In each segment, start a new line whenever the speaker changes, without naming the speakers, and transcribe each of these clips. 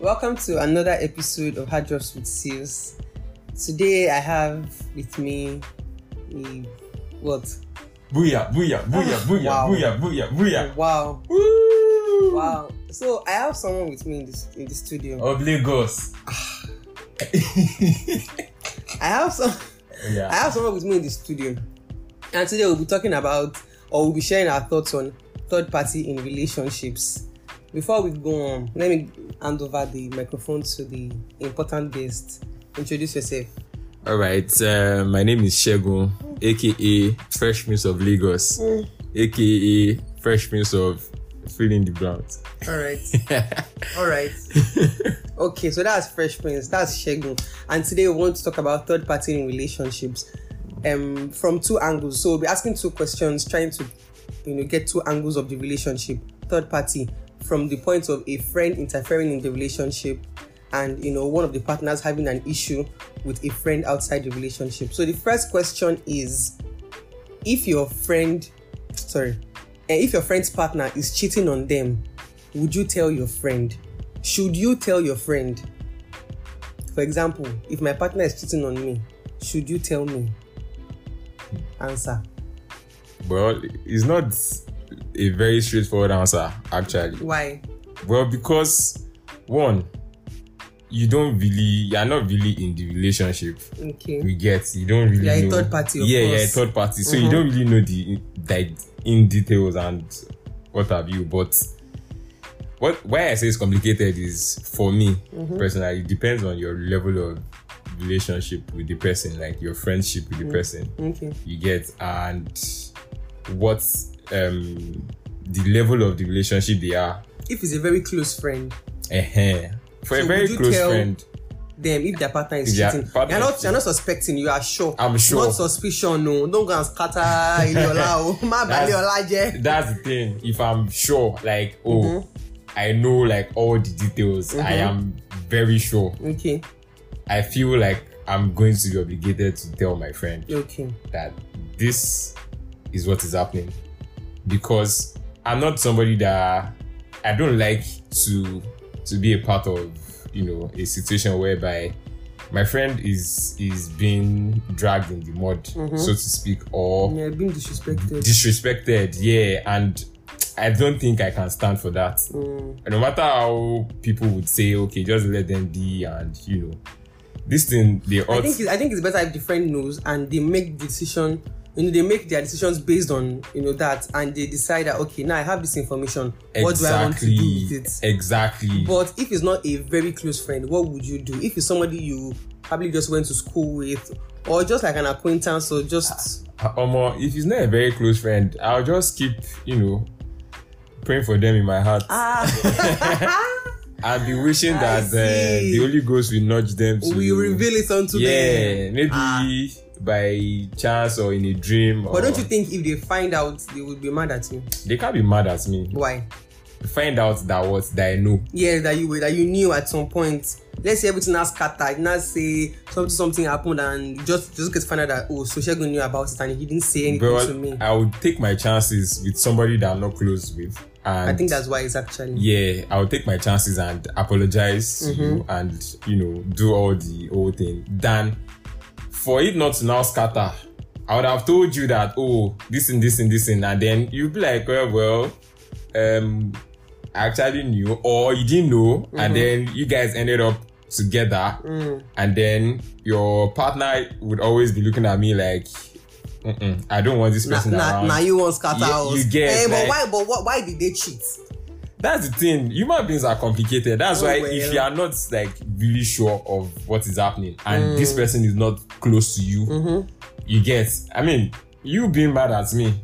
Welcome to another episode of Hard Drops with Sales. Today I have with me a, what?
Booyah, booyah, booyah, booyah,
Wow.
booyah, booyah, booyah.
Wow.
Woo!
Wow. So I have someone with me in this in the studio.
Of Lagos.
I have some I
yeah.
have someone with me in the studio. And today we'll be talking about or we'll be sharing our thoughts on third party in relationships. Before we go on, let me hand over the microphone to the important guest. Introduce yourself.
All right. Uh, my name is Shegun, aka Fresh Prince of Lagos,
Mm.
aka Fresh Prince of Filling the Blunt.
All right. All right. okay, so that's Fresh Prince. That's Shegun. And today we want to talk about third party in relationships um, from two angles. So we'll be asking two questions, trying to you know get two angles of the relationship. Third party from the point of a friend interfering in the relationship and you know one of the partners having an issue with a friend outside the relationship. So the first question is if your friend sorry eh, if your friend's partner is cheating on them would you tell your friend should you tell your friend for example if my partner is cheating on me should you tell me answer
well, it's not a very straightforward answer, actually.
why
Well, because one, you don't really, you are not really in the relationship.
okay
we get you don't really
You're a
know.
third party, of
yeah yeah
course. Mm-hmm.
third party so you don't really know the like in details and what have you but what why i say it's complicated is for me
Mm-hmm.
personally it depends on your level of relationship with the person like your friendship
Mm-hmm.
with the person
okay
you get and what um the level of the relationship they are
if it's a very close friend
uh for
So
a
would
very
you
close
tell-
friend
them if their partner is
If their
cheating
partner
you're not
is
you're not suspecting you are sure
I'm sure.
not suspicion no don't go and scatter Iliola o má balẹ̀ ọlá jẹ́
that's the thing if i'm sure like oh i know like all the details i am very sure
okay
i feel like i'm going to be obligated to tell my friend
okay
that this is what is happening because i'm not somebody that i don't like to to be a part of you know a situation whereby my friend is is being dragged in the mud so to speak or
yeah being disrespected
disrespected yeah and i don't think i can stand for that
mm,
no matter how people would say okay just let them be and you know this thing they
I
ought
think it's, I think it's better if the friend knows and they make decision. You know, they make their decisions based on you know that, and they decide that okay, now I have this information. What do I want to
exactly
do with it?
exactly
But if it's not a very close friend, what would you do? If it's somebody you probably just went to school with, or just like an acquaintance, or just
Uh, Omo, if he's not a very close friend i'll just keep you know praying for them in my heart
ah,
i'll be wishing
I
that uh,
see.
the holy ghost will nudge them to
we reveal it unto
yeah
them.
maybe
Ah.
by chance or in a dream or
But don't you think if they find out, they would be mad at you?
they can't be mad at me
Why?
find out that what that I know.
yes that you were that you knew at some point let's say everything now scattered now say something something happened and you just just get to find out that oh so Segun knew about it and he didn't say anything
But
to me
I would take my chances with somebody that I'm not close with. And
I think that's why it's actually
yeah, I would take my chances and apologize to you
Mm-hmm.
and you know do all the whole thing. Then for it not to now scatter, I would have told you that oh this and this and this and and then you'd be like well well um I actually knew or you didn't know
Mm-hmm.
and then you guys ended up together
Mm.
and then your partner would always be looking at me like Mm-mm, I don't want this
Now,
person
now,
around.
now you want scatter
Yeah,
us.
you get,
Eh, but
like-
why? But what, why did they cheat?
That's the thing. Human beings are complicated. That's
Oh,
why
well.
if you are not like really sure of what is happening and
Mm.
this person is not close to you, you get. I mean, you being mad at me.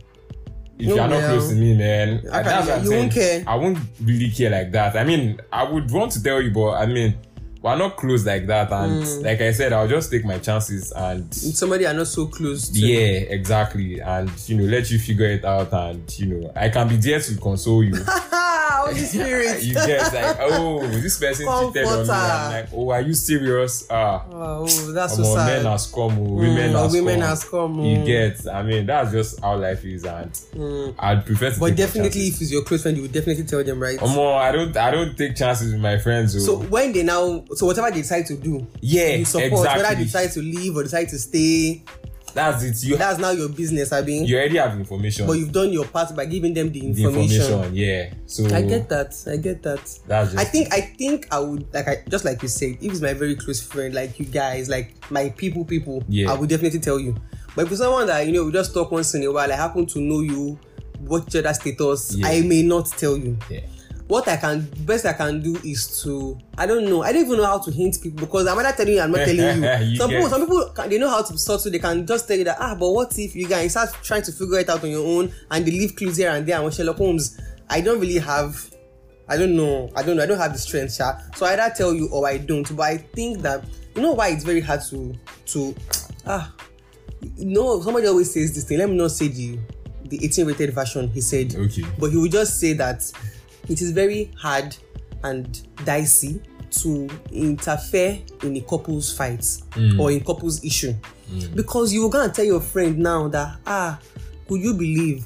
If
Oh,
you are not
well.
close to me, man,
I can-
that's what I'm
you won't
saying.
care.
I won't really care like that. I mean, I would want to tell you, but I mean, we're not close like that. And
Mm.
like I said, I'll just take my chances and
Somebody are not so close. To.
yeah, exactly. And you know, let you figure it out. And you know, I can be there to console you.
Ah, Holy Spirit.
you get like, oh, this person cheated on me.
Comforter.
I'm like, oh, are you serious? Ah,
Oh, that's so
omo,
sad. Mm,
men are scum, oh, women are
women
scum.
are scum, oh.
You get, I mean, that's just how life is, and I'd prefer to.
Mm. But
take my
definitely,
chances.
if it's your close friend, you would definitely tell them, right?
Omo, I don't, I don't take chances with my friends.
so
oh.
when they now, so whatever they decide to do,
yeah,
you support. Whether they
Eh, exactly.
decide to leave or decide to stay,
That's it. You,
that's now your business, I mean.
you already have information.
But you've done your part by giving them the
the
information.
information, Oh. yeah. So
I get that. I get that.
That's just
I think I think I would like I just like you said, if it's my very close friend, like you guys, like my people, people,
Yeah.
I would definitely tell you. But if it's someone that you know we just talk once in a while, I happen to know you, watch your other status,
Yeah.
I may not tell you.
Yeah.
What I can best I can do is to I don't know I don't even know how to hint people because I'm either telling you I'm not telling you.
You
some
get-
people some people can, they know how to be subtle they can just tell you that ah but what if you guys start trying to figure it out on your own and they leave clues here and there and when Sherlock Holmes I don't really have I don't know. I don't know. I don't have the strength, sha. So I either tell you or I don't. But I think that you know why it's very hard to to ah no. Somebody always says this thing. Let me not say the the 18 rated version. He said,
okay.
but he would just say that it is very hard and dicey to interfere in a couple's fight or in couple's issue because you will go and tell your friend now that ah could you believe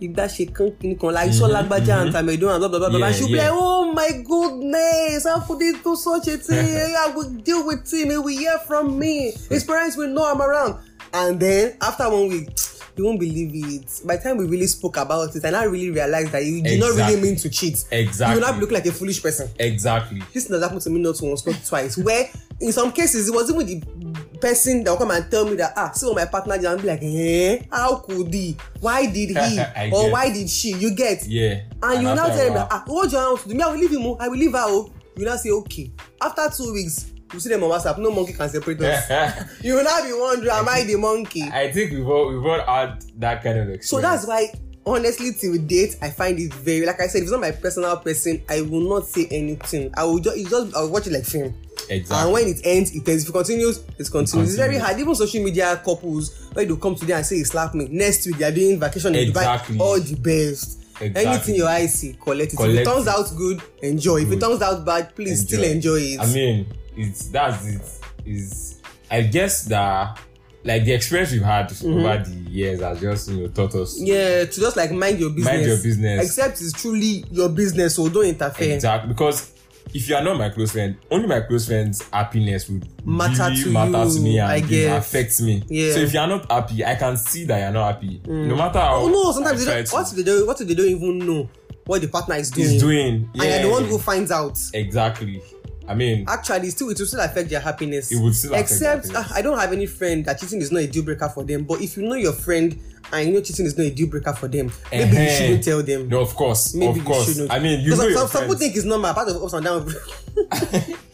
igba ṣe kan kini kan la iṣọ lagbaja and tamedon and blah blah blah blah
Mm-hmm, Yeah,
and she be
yeah.
like oh my goodness how could they do such a thing i will deal with him he will hear from me his parents will know i'm around and then after one week you won't believe it by the time we really spoke about it and i really realized that you did not really
Exactly.
mean to cheat
Exactly.
you will not look like a foolish person
Exactly.
this has happened to me not once not twice where in some cases it was even the person that will come and tell me that ah see what my partner did and be like eh how could he why did he
I
or
get.
why did she you get
Yeah.
and you now
after a
tell them
while-
that ah what do you want to do me i will leave him o i will leave her o you now say okay after two weeks you see them on whatsapp no monkey can separate us you will now be wondering am i the monkey
I think we've all we've all had that kind of experience.
So that's why, honestly, till date, I find it very like I said. If it's not my personal person, I will not say anything. I will just, it's just I will watch it like film. And
exactly.
when it ends, it ends. If it continues, it continues. It's very
Continues.
hard. Even social media couples, where they come today and say, "Slap me." Next week, they are doing vacation in
Exactly.
Dubai. All the best.
Exactly.
Anything your eyes see, collect it. if
Collect
it turns
it.
out good, enjoy. If it
Good.
turns out bad, please still enjoy it.
I mean, it's that's it. Is I guess that like the experience we've had
Mm-hmm.
over the years has just you know taught us to
yeah, to just like mind your business.
mind your business.
Except it's truly your business, so don't interfere.
Exactly. Because if you are not my close friend, only my close friend's happiness would
Matter
really
to
matter
you,
to me and
I
you know,
guess.
affect me.
Yeah.
So if you are not happy, I can see that you are not happy. No matter how.
Oh no, sometimes
I
they don't,
try
what
to-
if they don't what if they don't even know what the partner is doing?
is doing.
And you're the one who finds out.
Exactly. I mean,
Actually, still it will still affect their happiness.
It would still affect their
Except
happiness.
ah, I don't have any friend that cheating is not a deal breaker for them. But if you know your friend and you know cheating is not a deal breaker for them, maybe you
Eh-heh.
shouldn't tell them.
no, of course,
Maybe
of
you
course.
shouldn't.
I mean, you
Because
know
some,
your
some, some people
friends.
think it's normal, part of ups and downs.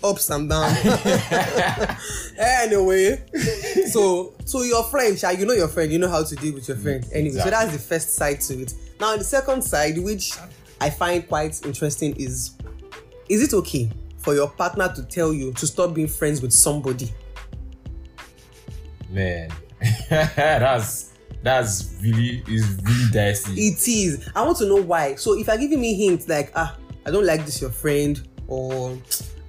ups and downs. anyway, so so your friend, sha, you know your friend, you know how to deal with your friend. Anyway, so
Mm, exactly.
that's the first side to it. Now the second side, which I find quite interesting, is is it okay for your partner to tell you to stop being friends with somebody?
Man, that's that's really is really dicey.
It is. I want to know why. So if you're giving me hints like, ah, I don't like this your friend, or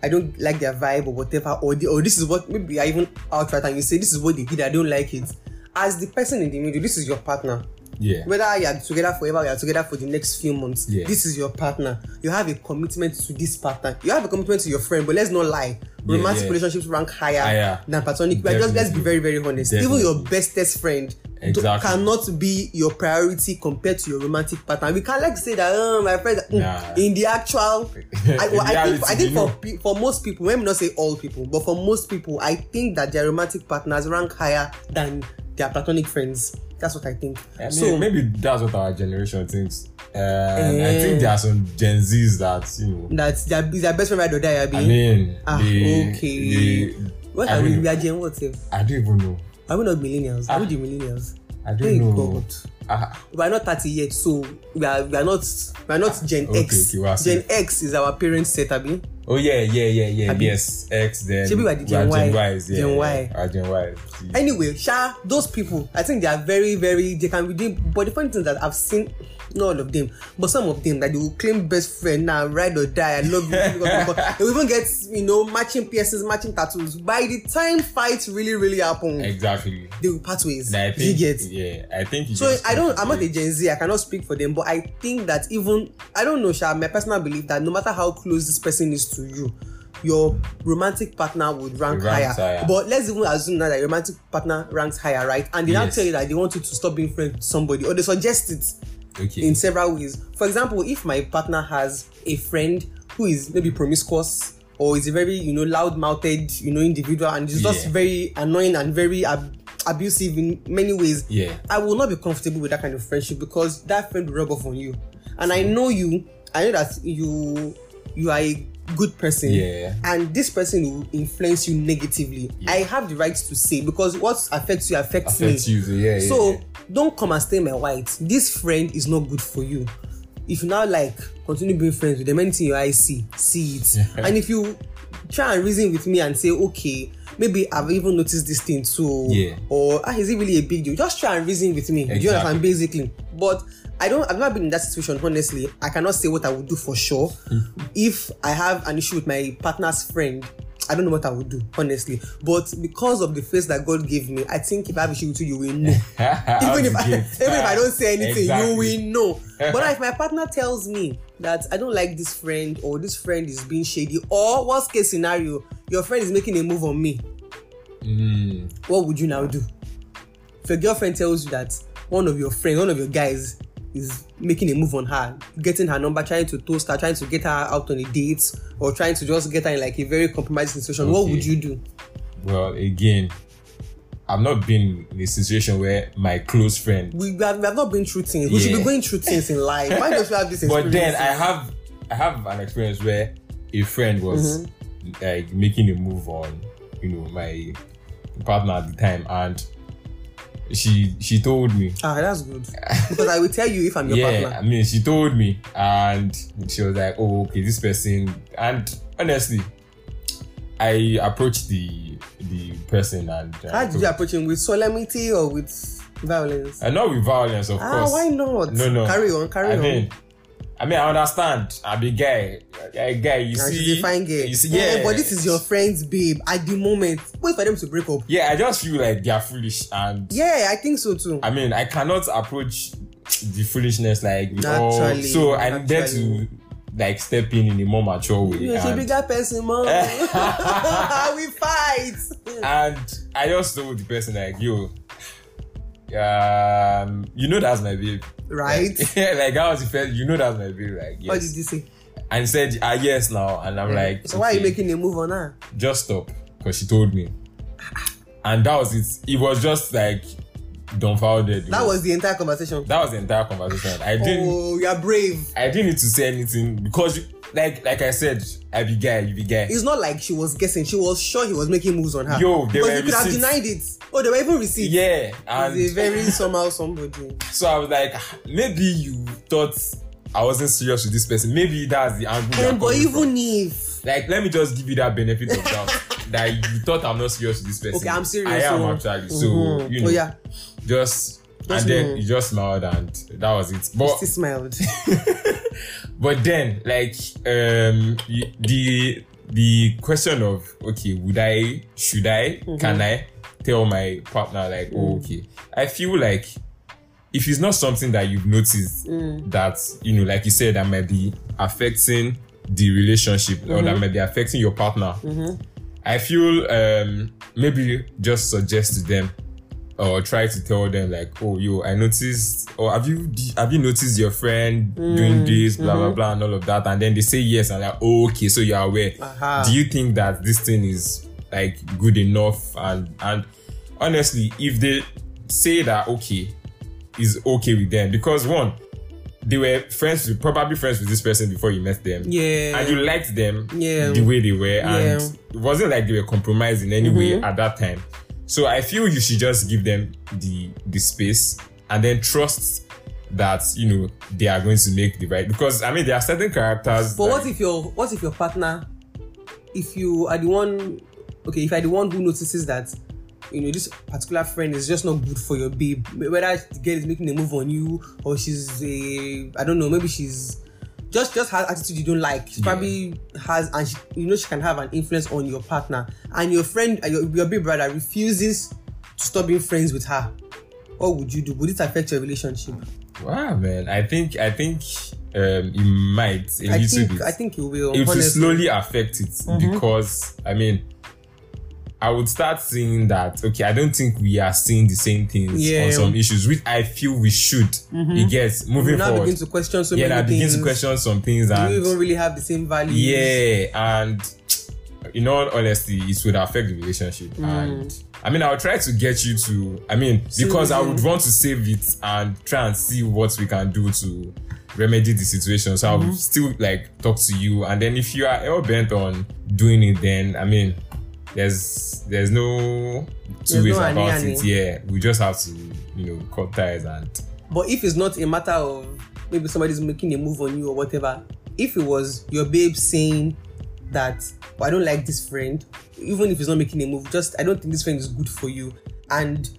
I don't like their vibe or whatever, or the, or this is what maybe I even outright and you say this is what they did, I don't like it. As the person in the middle, this is your partner.
yeah,
Whether you are together forever, you are together for the next few months.
Yeah.
This is your partner. You have a commitment to this partner. You have a commitment to your friend, but let's not lie.
Yeah,
Romantic
yeah.
relationships rank higher,
Higher.
than platonic. Like, Just let's be
Definitely.
very, very honest. Even your
Definitely.
bestest friend do-
Exactly.
cannot be your priority compared to your romantic partner. We can like say that oh, my friend mm,
Nah.
in the actual. I, well, I think, I
Reality,
think
you
for
know.
pe- for most people, let me not say all people, but for most people, I think that their romantic partners rank higher than their platonic friends. That's what I think.
I mean,
so
maybe that's what our generation thinks. Uh,
Eh.
I think there are some Gen Zs that you know.
that's their, is their best friend ride or die. Abi.
I mean,
Ah,
they,
okay.
they-
what
I
are we?
mean-
We are Gen what? eh?
I don't even know.
Are we not millennials? Are we the millennials?
I
Hey
don't know.
God.
Ah,
we are not 30 yet, so we are we are not we are not Gen
Okay,
X.
okay, we are
Gen
safe.
X is our parents set, abi.
oh yeah, yeah, yeah, yeah.
Abi-
yes, X then.
Shebi we are the Gen
Gen
Y.
Ys, yeah,
Gen
yeah,
Y.
we are Gen Y. Yeah.
Anyway, Sha, those people, I think they are very, very they can be doing but the funny thing is that I've seen not all of them, but some of them that they will claim best friend now, ride or die. I love you. because- because- they will even get, you know, matching piercings, matching tattoos. By the time fights really, really happen,
Exactly.
they will part ways.
And I
you
think,
get.
yeah, I think. you
So
just
I don't.
need
I'm
to
not a Gen Z. I cannot speak for them, but I think that even I don't know, Sha. My personal belief that no matter how close this person is to you, your romantic partner would rank,
Ranks
higher.
higher.
But let's even assume now that your romantic partner ranks higher, right? And they now
Yes.
tell you that they want you to stop being friends with somebody, or they suggest it
Okay.
in several ways. For example, if my partner has a friend who is maybe promiscuous or is a very you know loud-mouthed you know individual and is just
Yeah.
very annoying and very ab- abusive in many ways,
Yeah.
I will not be comfortable with that kind of friendship because that friend will rub off on you, and I know you. I know that you you are a good person.
Yeah.
And this person will influence you negatively.
Yeah.
I have the right to say because what affects you affects,
Affects
me.
you. So yeah, yeah.
So
yeah.
don't come and stay my white. This friend is not good for you. If you now like continue being friends with them, anything your eyes see, see it.
Yeah.
And if you try and reason with me and say, okay, maybe I've even noticed this thing too,
Yeah.
or ah, is it really a big deal? Just try and reason with me. Do you understand?
Exactly.
Basically, but. I don't. I've never been in that situation. Honestly, I cannot say what I would do for sure. if I have an issue with my partner's friend, I don't know what I would do, honestly. But because of the face that God gave me, I think if I have issue with you, you will know. even if I, even if I don't say anything,
Exactly.
you will know. But if my partner tells me that I don't like this friend or this friend is being shady, or worst case scenario, your friend is making a move on me,
Mm,
what would you now do? If your girlfriend tells you that one of your friends, one of your guys is making a move on her, getting her number, trying to toast her, trying to get her out on a date, or trying to just get her in like a very compromising situation, what
Okay.
would you do?
well, again, I've not been in a situation where my close friend,
we, we, have, we have not been through things. We should be
Yeah.
going through things in life. Why don't you have this
but
experience?
then I have, I have an experience where a friend was
Mm-hmm.
like making a move on, you know, my partner at the time, and she she told me,
ah, that's good because I will tell you if I'm your
yeah,
partner.
I mean, she told me, and she was like, "Oh, okay, this person." And honestly, I approached the the person and uh,
How did you approach him with solemnity or with violence?
Uh, not with violence, of
ah,
course.
why not?
No, no.
Carry on, carry
I
on.
mean, I mean, I understand. I'm a guy. A guy, you
and
see.
she's a fine girl.
You see,
Eh,
yeah.
but this is your friend's babe at the moment. Wait for them to break up.
Yeah, I just feel like they are foolish, and
Yeah, I think so too.
I mean, I cannot approach the foolishness like with all.
Naturally,
So I needed
naturally.
to like step in in a more mature way.
You're a
and-
bigger person, mom. we fight.
and I just told the person like, yo, um, you know that's my babe,
Right?
Yeah, like that was the first. You know that's my babe, like
What did
yes.
you say?
And he said, ah yes now, and I'm like,
so why are you
okay,
making a move on her?
Just stop, because she told me, and that was it. It was just like dumbfounded.
That was the entire conversation.
that was the entire conversation. I didn't.
oh, you are brave.
I didn't need to say anything because, you- like, like I said, I be guy, you be guy.
It's not like she was guessing. She was sure he was making moves on her.
Yo, they
because
were
he Oh, could have
receipts.
denied it. Oh, they were even received.
Yeah,
He's
and
a very somehow somebody.
So I was like, "Ah, maybe you thought I wasn't serious with this person. Maybe that's the angle. you're
And Um, but
coming
even
from.
if
like, let me just give you that benefit of doubt that you thought I'm not serious with this person.
okay, I'm serious.
I am
so-
actually. So
Mhm.
you know,
oh yeah,
just.
Just
and then
know.
you just smiled and that was it.
she
But
smiled.
but then like um y- the the question of okay would I should I
Mm-hmm.
can I tell my partner like
Mm.
oh, okay I feel like if it's not something that you've noticed
Mm-hmm.
that you know like you said that might be affecting the relationship or that might be affecting your partner i feel um maybe just suggest to them or try to tell them like oh yo i noticed or have you have you noticed your friend doing this blah blah blah and all of that and then they say yes and like oh, okay so you're aware
Aha.
do you think that this thing is like good enough and and honestly if they say that okay is okay with them because one they were friends with probably friends with this person before you met them
Yeah.
and you liked them
Yeah.
the way they were and
Yeah. Mm-hmm.
it wasn't like they were compromised in any way at that time so i feel you should just give them the the space and then trust that you know they are going to make the right because I mean there are certain characters.
But
that-
what if your what if your partner, if you are the one, okay, if you're the one who notices that, you know, this particular friend is just not good for your babe. Whether the girl is making a move on you or she's a, I don't know, maybe she's just just has attitude you don't like. She
Yeah.
probably has, and she, you know, she can have an influence on your partner. And your friend, uh, your, your big brother refuses to stop being friends with her. What would you do? Would it affect your relationship?
Wow, man! I think I think um, it might a
I
little
think
bit.
I think you will.
it will
honestly. Mm-hmm.
slowly affect it because I mean, I would start seeing that okay, I don't think we are seeing the same things
Yeah. Mm-hmm.
on some issues, which I feel we should. It gets
you
moving
now
forward.
begin to question so
yeah,
many
I begin
things.
to question some things
Do you
and
even really have the same values?
yeah, and in all honesty, it would affect the relationship.
Mm.
And I mean, I'll try to get you to. I mean, because I would want to save it and try and see what we can do to remedy the situation. So
Mm-hmm.
I'll still like talk to you, and then if you are hell bent on doing it, then I mean, there's there's no two
There's
ways
no
about
any,
it.
any.
Yeah, we just have to you know cut ties and
But if it's not a matter of maybe somebody's making a move on you or whatever, if it was your babe saying that "Oh, I don't like this friend, even if he's not making a move, just I don't think this friend is good for you, and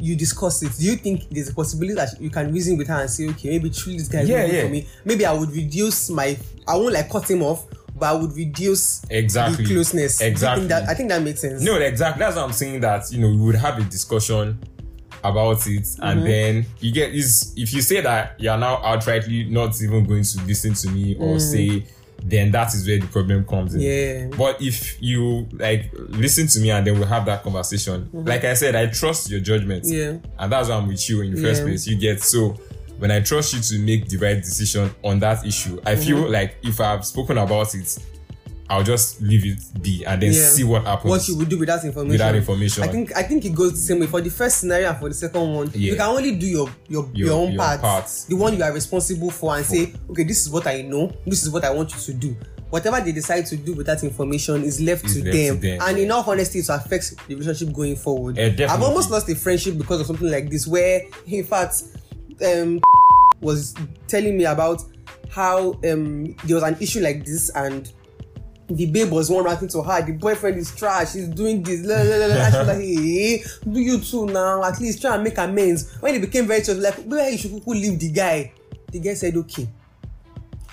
you discuss it. Do you think there's a possibility that you can reason with her and say, okay, maybe truly this guy is
Yeah,
not good
yeah.
for me. Maybe I would reduce my, I won't like cut him off, but I would reduce
exactly
the closeness. Do you think
Exactly.
that- I think that makes sense.
No, exactly. That's what I'm saying. That you know, we would have a discussion about it,
Mm-hmm.
and then you get is if you say that you are now outrightly not even going to listen to me or say, then that is where the problem comes in.
Mm. Yeah.
But if you like listen to me and then we'll have that conversation. Like I said, I trust your judgment.
Mm-hmm. Yeah.
And that's why I'm with you in the first
Yeah.
place. You get so when I trust you to make the right decision on that issue, I feel
Mm-hmm.
like if I've spoken about it, I'll just leave it be and then
Yeah.
see what happens
What you would do with that information?
with that information.
I think I think it goes the same way for the first scenario and for the second one.
Yeah.
You can only do your your, your,
Your-
own
your
part,
part.
the one you are responsible for, and say, okay, this is what I know, this is what I want you to do. Whatever they decide to do with that information is left,
Is
to,
left to
them.
them,
And
yeah.
in all honesty, it affects the relationship going forward.
Eh, definitely.
I've almost lost a friendship because of something like this, where in fact, um, was telling me about how um there was an issue like this and the babe was one ranting to her the boyfriend is trash he's doing this la, la, la, la. and she was like hey do you too now at least try and make amends when it became very serious like well you should kuku leave the guy the guy said okay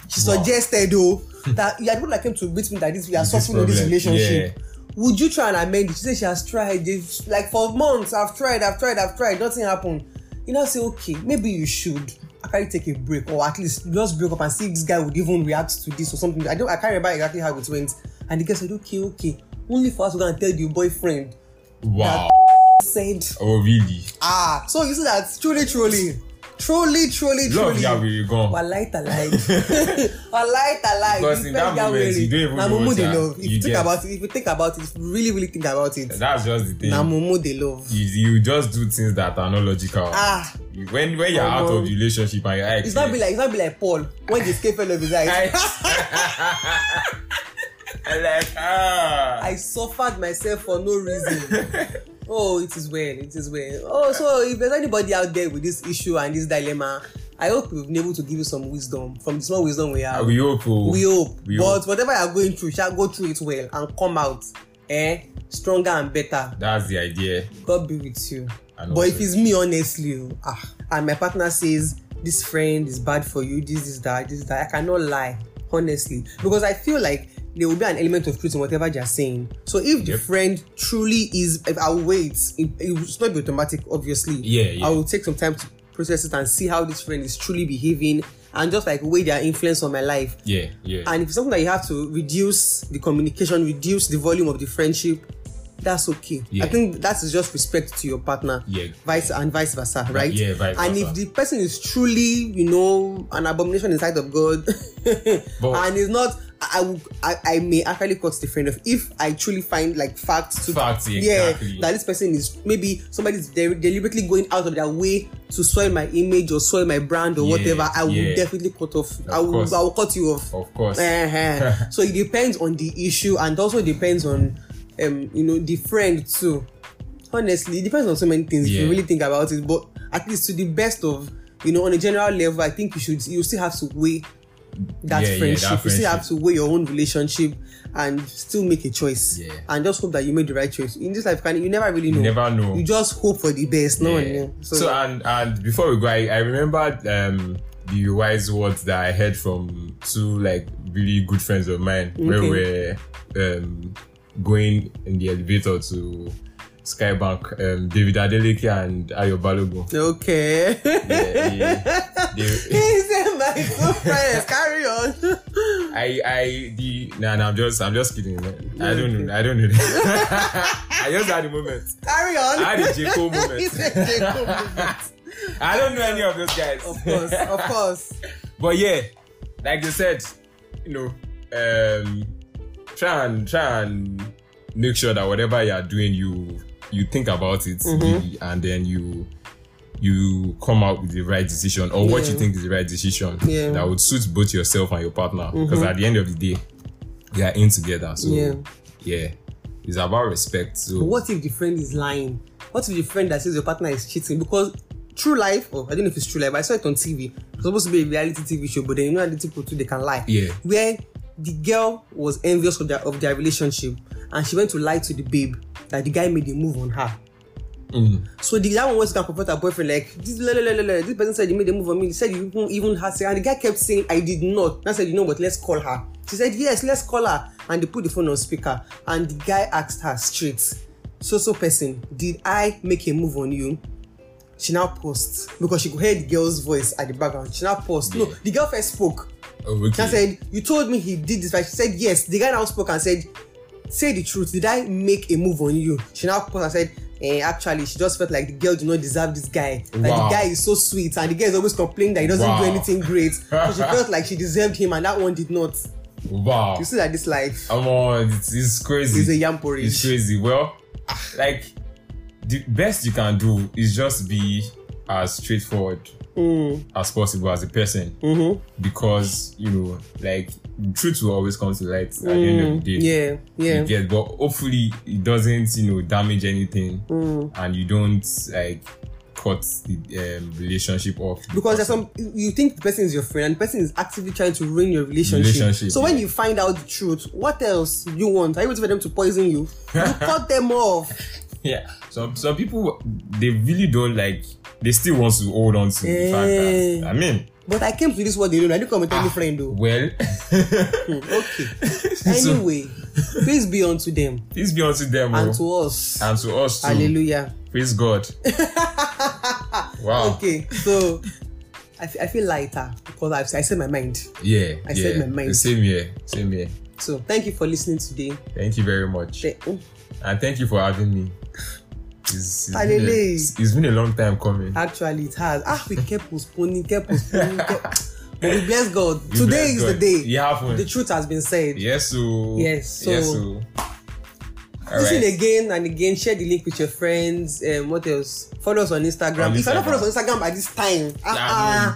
she
Wow.
suggested o that you are the one that came to meet me that this we are
This
suffering with this
problem,
relationship
yeah.
would you try and amend it she say she has tried they've like for months i've tried i've tried i've tried nothing happen you now say okay maybe you should actually take a break or at least just break up and see if this guy would even react to this or something i don't i can't remember exactly how it went and the girl said okay okay only for us to go and tell your boyfriend
Wow.
said
Oh really?
ah so you see that truly truly truly truly
Love
truly
yeah, we gone.
walai talai walai talai
Because in that moment, you don't even
na
know
mumu
what
dey
you are-
love if you
you
think
get.
about it if you think about it if you really really think about it
That's just the thing.
na mumu dey love
you, you just do things that are not logical.
ah
You- when when you're out
Omo.
of the relationship and you're like,
it's not be like it's not be like paul when the scale fell off his eyes
I'm eh, like ah.
i suffered myself for no reason oh it is well it is well oh so if there's anybody out there with this issue and this dilemma i hope we've been able to give you some wisdom from the small wisdom we have
we hope. oh.
we hope
We
but
hope.
whatever you are going through sha go through it well and come out eh stronger and better
That's the idea.
God be with you.
And
But
also-
if it's me, honestly, oh, ah, and my partner says this friend is bad for you, this is that, this is that, I cannot lie, honestly, because I feel like there will be an element of truth in whatever they're saying. So if the
Yep.
friend truly is, if I wait, it, it will not be automatic, obviously.
Yeah, yeah.
I will take some time to process it and see how this friend is truly behaving and just like weigh their influence on my life
yeah, yeah.
and if it's something that you have to reduce the communication, reduce the volume of the friendship, that's okay.
Yeah.
I think that is just respect to your partner.
Yeah.
Vice and vice versa, right?
yeah, vice
And
versa.
if the person is truly, you know, an abomination in sight of God, and is not, I, I will- I, I may actually cut the friend off if I truly find like facts to
Facts,
yeah,
exactly.
that this person is maybe somebody's de- deliberately going out of their way to soil my image or soil my brand or
Yeah,
whatever. I will
yeah.
definitely cut off. I will,
course.
I will cut you off.
of course.
Uh-huh. so it depends on the issue and also depends on um you know the friend too honestly it depends on so many things if you
Yeah.
really think about it but at least to the best of you know on a general level i think you should you still have to weigh that,
Yeah, yeah, that
friendship. you still have
friendship.
to weigh your own relationship and still make a choice
Yeah.
and just hope that you made the right choice in this life can you never really know
You never know.
you just hope for the best no
Yeah.
no
So, and and before we go, I, I remembered um, the wise words that I heard from two like really good friends of mine when we were um, going in the elevator to Skybank, um, David Adeleke and Ayo Balogun.
okay
Yeah, yeah. They-
he said my good friends carry on
I I the nah, nah I'm just I'm just kidding. man. I don't know I don't know. I just had a moment.
carry on
I had a Jacob moment.
He said Jacob moment.
I don't know any of those guys.
of course of course
But yeah, like you said, you know, um, try and try and make sure that whatever you are doing, you you think about it,
Mm-hmm.
really, and then you you come out with the right decision or what you
Yeah.
think is the right decision
Yeah. Mm-hmm.
that would suit both yourself and your partner. Because at the end of the day, you are in together. So
Yeah.
yeah, it's about respect. So
But what if the friend is lying? What if the friend that says your partner is cheating? Because true life, or I don't know if it's true life, but I saw it on TV. It's supposed to be a reality TV show, but then you know reality people too, they can lie.
Yeah.
Where the girl was envious of their of their relationship and she went to lie to the babe that the guy made a move on her.
mm,
So the that one wants to confront her boyfriend, like this la, la, la, la, la, this person said you made a move on me. He said you even, even had say, and the guy kept saying I did not. And I said, you know what, let's call her. She said, Yes, let's call her. And they put the phone on speaker. And the guy asked her straight, so so person, did I make a move on you? She now paused because she could hear the girl's voice at the background. She now paused. No,
Yeah.
the girl first spoke.
oh, okay.
She said, You told me he did this, but she said, Yes. The guy now spoke and said, Say the truth. Did I make a move on you? She now paused and said, Eh, actually, she just felt like the girl did not deserve this guy. Like
Wow.
the guy is so sweet, and the girl is always complaining that he doesn't
Wow.
do anything great. so she felt like she deserved him, and that one did not.
wow.
You see that this life
Come on, it's, it's crazy.
is a yam porridge.
It's crazy. Well, like the best you can do is just be as straightforward
Mm.
as possible as a person,
Mm-hmm.
because you know, like truth will always come to light at the end of the day.
Yeah, Mm. yeah.
You get, but hopefully it doesn't, you know, damage anything,
Mm.
and you don't like cut the um, relationship off
because there's some you think the person is your friend and the person is actively trying to ruin your relationship.
Relationship,
so when
yeah.
you find out the truth, what else you want? Are you waiting for them to poison you? You cut them off.
yeah. Some some people they really don't like. They still want to hold on to the
Eh.
fact that I mean,
But I came to this world alone. I didn't come with any friend though.
well.
Okay.
So-
anyway, praise be unto them
Peace be unto them
and
oh.
to us.
and to us too.
Hallelujah. Ah.
Praise God. wow.
Okay, so I fe- I feel lighter because I've, I said my mind.
Yeah.
I
yeah.
said my mind.
Same here. Same here.
So thank you for listening today.
Thank you very much.
Th- oh,
And thank you for having me. It's, it's, been, a,
Hallelujah.
it's it's been a long time coming.
Actually, it has. Ah, we kept postponing, kept postponing. kept... But we bless God.
We
today
bless
is the
God.
day.
It happened.
The truth has been said.
yes, so.
Yes, so-
Yes, so. All
Listen
right.
again and again. Share the link with your friends. Um, what else? Follow us on Instagram.
On
if you don't
Instagram.
follow us on Instagram at this time,
Ah,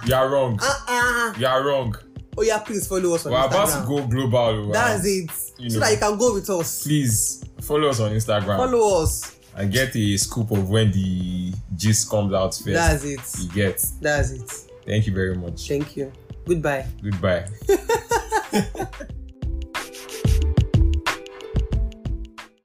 ah
no, you are wrong.
ah ah ah.
You are wrong.
Oh yeah, please follow us on
We're
Instagram.
about to go global. oh,
That's
and
it.
you
so
know.
that you can go with us.
Please follow us on Instagram
Follow us.
and get a scoop of when the gist comes out first.
That's it.
you get.
That's it.
Thank you very much.
Thank you. Goodbye.
Goodbye.